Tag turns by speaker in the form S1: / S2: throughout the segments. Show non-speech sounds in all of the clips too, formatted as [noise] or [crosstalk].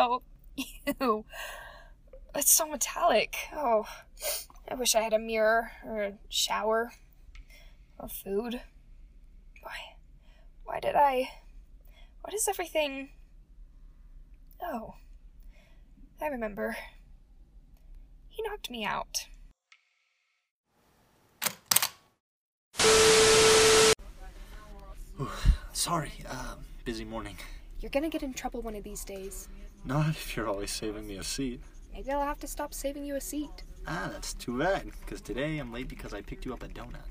S1: Oh, [laughs] Ew. It's so metallic. Oh, I wish I had a mirror or a shower or food. Why? Why did I? What is everything? Oh, I remember. He knocked me out.
S2: Sorry, um, busy morning.
S3: You're gonna get in trouble one of these days.
S2: Not if you're always saving me a seat.
S3: Maybe I'll have to stop saving you a seat. [laughs]
S2: Ah, that's too bad, because today I'm late because I picked you up a donut.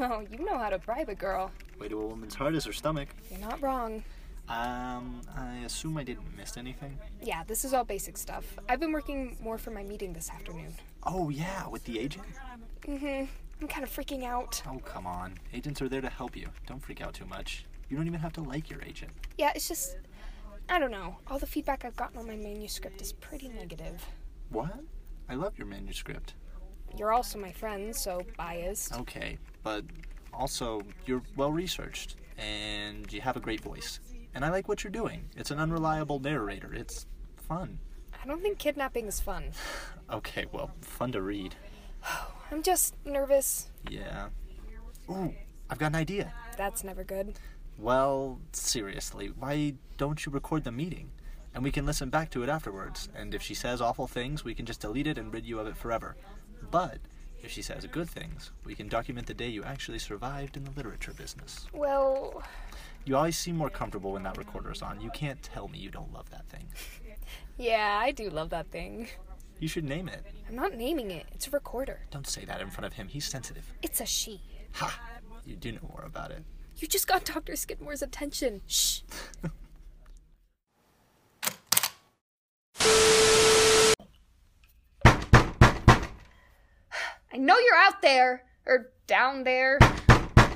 S3: Oh, you know how to bribe a girl.
S2: Way to a woman's heart is her stomach.
S3: You're not wrong.
S2: Um, I assume I didn't miss anything.
S3: Yeah, this is all basic stuff. I've been working more for my meeting this afternoon.
S2: Oh, yeah, with the agent?
S3: Mm-hmm. I'm kind of freaking out.
S2: Oh, come on. Agents are there to help you. Don't freak out too much. You don't even have to like your agent.
S3: Yeah, it's just I don't know. All the feedback I've gotten on my manuscript is pretty negative.
S2: What? I love your manuscript.
S3: You're also my friend, so biased.
S2: Okay, but also, you're well researched, and you have a great voice. And I like what you're doing. It's an unreliable narrator, it's fun.
S3: I don't think kidnapping is fun.
S2: Okay, well, fun to read.
S3: I'm just nervous.
S2: Yeah. Ooh, I've got an idea.
S3: That's never good.
S2: Well, seriously, why don't you record the meeting? And we can listen back to it afterwards. And if she says awful things, we can just delete it and rid you of it forever. But if she says good things, we can document the day you actually survived in the literature business.
S3: Well,
S2: You always seem more comfortable when that recorder's on. You can't tell me you don't love that thing.
S3: yeah, I do love that thing.
S2: You should name it.
S3: I'm not naming it. It's a recorder.
S2: Don't say that in front of him. He's sensitive.
S3: It's a she.
S2: Ha! You do know more about it.
S3: You just got Dr. Skidmore's attention. Shh. [sighs] I know you're out there or down there.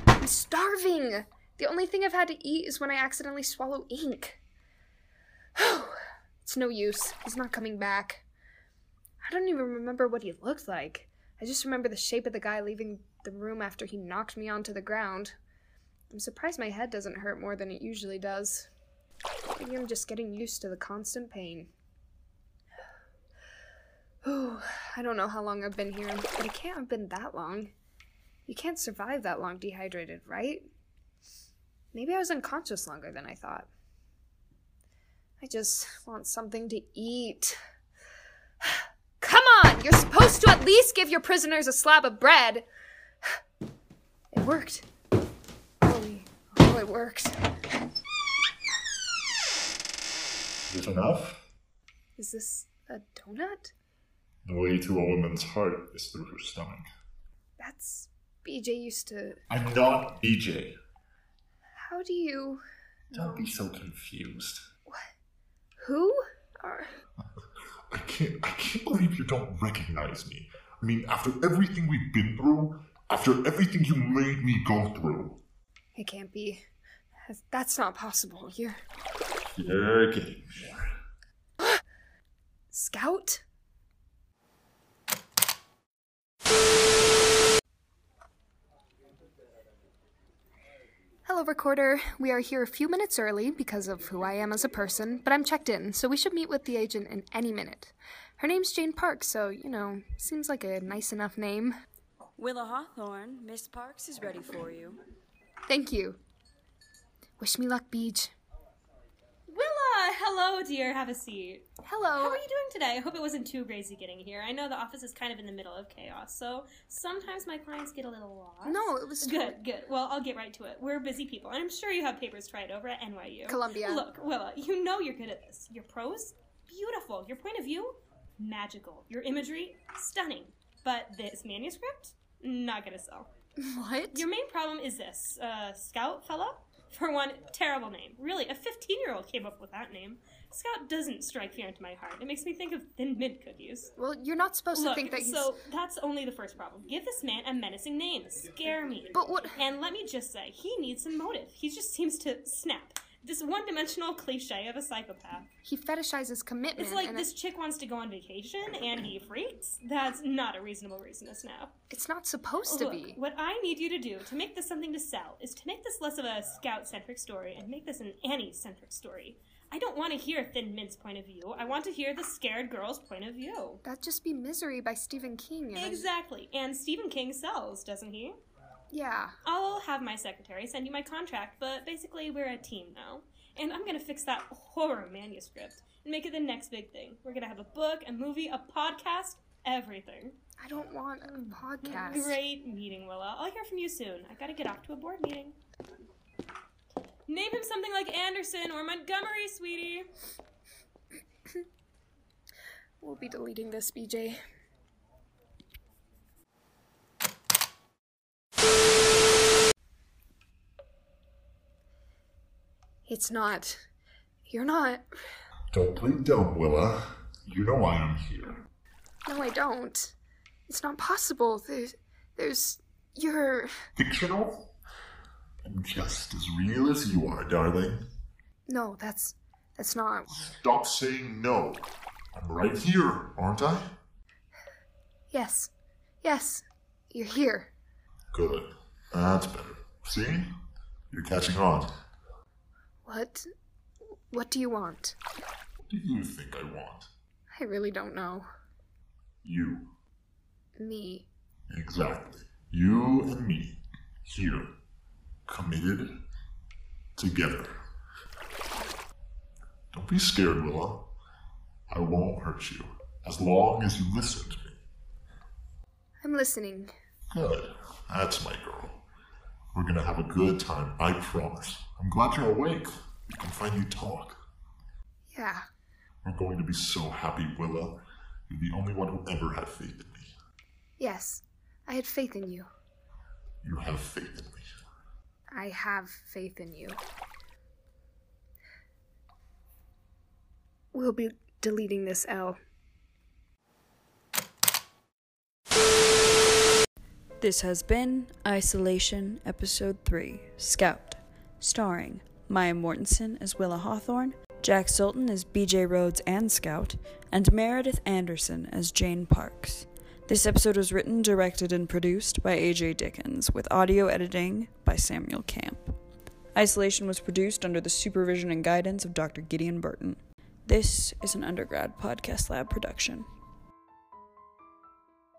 S3: I'm starving. The only thing I've had to eat is when I accidentally swallow ink. [sighs] it's no use. He's not coming back. I don't even remember what he looked like. I just remember the shape of the guy leaving the room after he knocked me onto the ground. I'm surprised my head doesn't hurt more than it usually does. Maybe I'm just getting used to the constant pain. [sighs] Ooh, I don't know how long I've been here, but it can't have been that long. You can't survive that long dehydrated, right? Maybe I was unconscious longer than I thought. I just want something to eat. [sighs] Come on! You're supposed to at least give your prisoners a slab of bread! [sighs] It worked. Holy, oh, it worked.
S4: Good enough.
S3: Is this a donut?
S4: The way to a woman's heart is through her stomach.
S3: That's BJ used to.
S4: I'm not BJ.
S3: How do you.
S4: Don't be so confused.
S3: Who? Are...
S4: I can't I can't believe you don't recognize me. I mean, after everything we've been through, after everything you made me go through.
S3: It can't be. That's- That's not possible. You're.
S4: You're getting there.
S3: Scout? Hello, recorder. We are here a few minutes early because of who I am as a person, but I'm checked in, so we should meet with the agent in any minute. Her name's Jane Park, so, you know, seems like a nice enough name.
S5: Willa Hawthorne, Miss Parks is ready for you.
S3: Thank you. Wish me luck, Beej.
S6: Willa, hello, dear. Have a seat. How
S3: Hello.
S6: are you doing today? I hope it wasn't too crazy getting here. I know the office is kind of in the middle of chaos, so sometimes my clients get a little lost.
S3: No, it was
S6: Good, good. Well, I'll get right to it. We're busy people, and I'm sure you have papers tried over at NYU.
S3: Columbia.
S6: Look, Willa, you know you're good at this. Your prose, beautiful. Your point of view, magical. Your imagery, stunning. But this manuscript, not gonna sell.
S3: [laughs] What?
S6: Your main problem is this uh, Scout fella? For one, terrible name. Really, a 15 year old came up with that name. Scout doesn't strike fear into my heart. It makes me think of thin mint cookies.
S3: well, you're not supposed
S6: Look,
S3: to think that he's.
S6: so that's only the first problem. Give this man a menacing name. Scare me.
S3: But what-
S6: And let me just say, he needs some motive. He just seems to snap. This one dimensional cliche of a psychopath.
S3: He fetishizes commitment.
S6: It's like
S3: and
S6: this
S3: it-
S6: chick wants to go on vacation and he freaks. That's not a reasonable reason to snap.
S3: it's not supposed to
S6: Look,
S3: be.
S6: What I need you to do to make this something to sell is to make this less of a scout centric story and make this an Annie centric story. I don't want to hear Thin Mint's point of view. I want to hear the scared girl's point of view.
S3: That'd just be Misery by Stephen King. and I-
S6: Exactly. And Stephen King sells, doesn't he?
S3: Yeah.
S6: I'll have my secretary send you my contract, but basically we're a team now. And I'm gonna fix that horror manuscript and make it the next big thing. We're gonna have a book, a movie, a podcast, everything.
S3: I don't want a podcast.
S6: Great meeting, Willa. I'll hear from you soon. I gotta get off to a board meeting. Name him something like Anderson or Montgomery, sweetie.
S3: We'll be deleting this, BJ. It's not. You're not.
S4: Don't play dumb, Willa. You know I am here.
S3: No, I don't. It's not possible. There's. There's. You're.
S4: Fictional? I'm just as real as you are, darling.
S3: No, that's. That's not.
S4: Stop saying no. I'm right here, aren't I?
S3: Yes. Yes. You're here.
S4: Good. That's better. See? You're catching on.
S3: What. What do you want?
S4: What do you think I want?
S3: I really don't know.
S4: You.
S3: Me.
S4: Exactly. You and me. Here. Committed. Together. Don't be scared, Willa. I won't hurt you. As long as you listen to me.
S3: I'm listening.
S4: Good. That's my girl. We're gonna have a good time, I promise. I'm glad you're awake. We can finally talk.
S3: Yeah.
S4: We're going to be so happy, Willa. You're the only one who ever had faith in me.
S3: Yes. I had faith in you.
S4: You have faith in me.
S3: I have faith in you. We'll be deleting this L.
S5: This has been Isolation Episode 3 Scout, starring Maya Mortensen as Willa Hawthorne, Jack Sultan as BJ Rhodes and Scout, and Meredith Anderson as Jane Parks. This episode was written, directed, and produced by AJ Dickens, with audio editing by Samuel Camp. Isolation was produced under the supervision and guidance of Dr. Gideon Burton. This is an undergrad podcast lab production.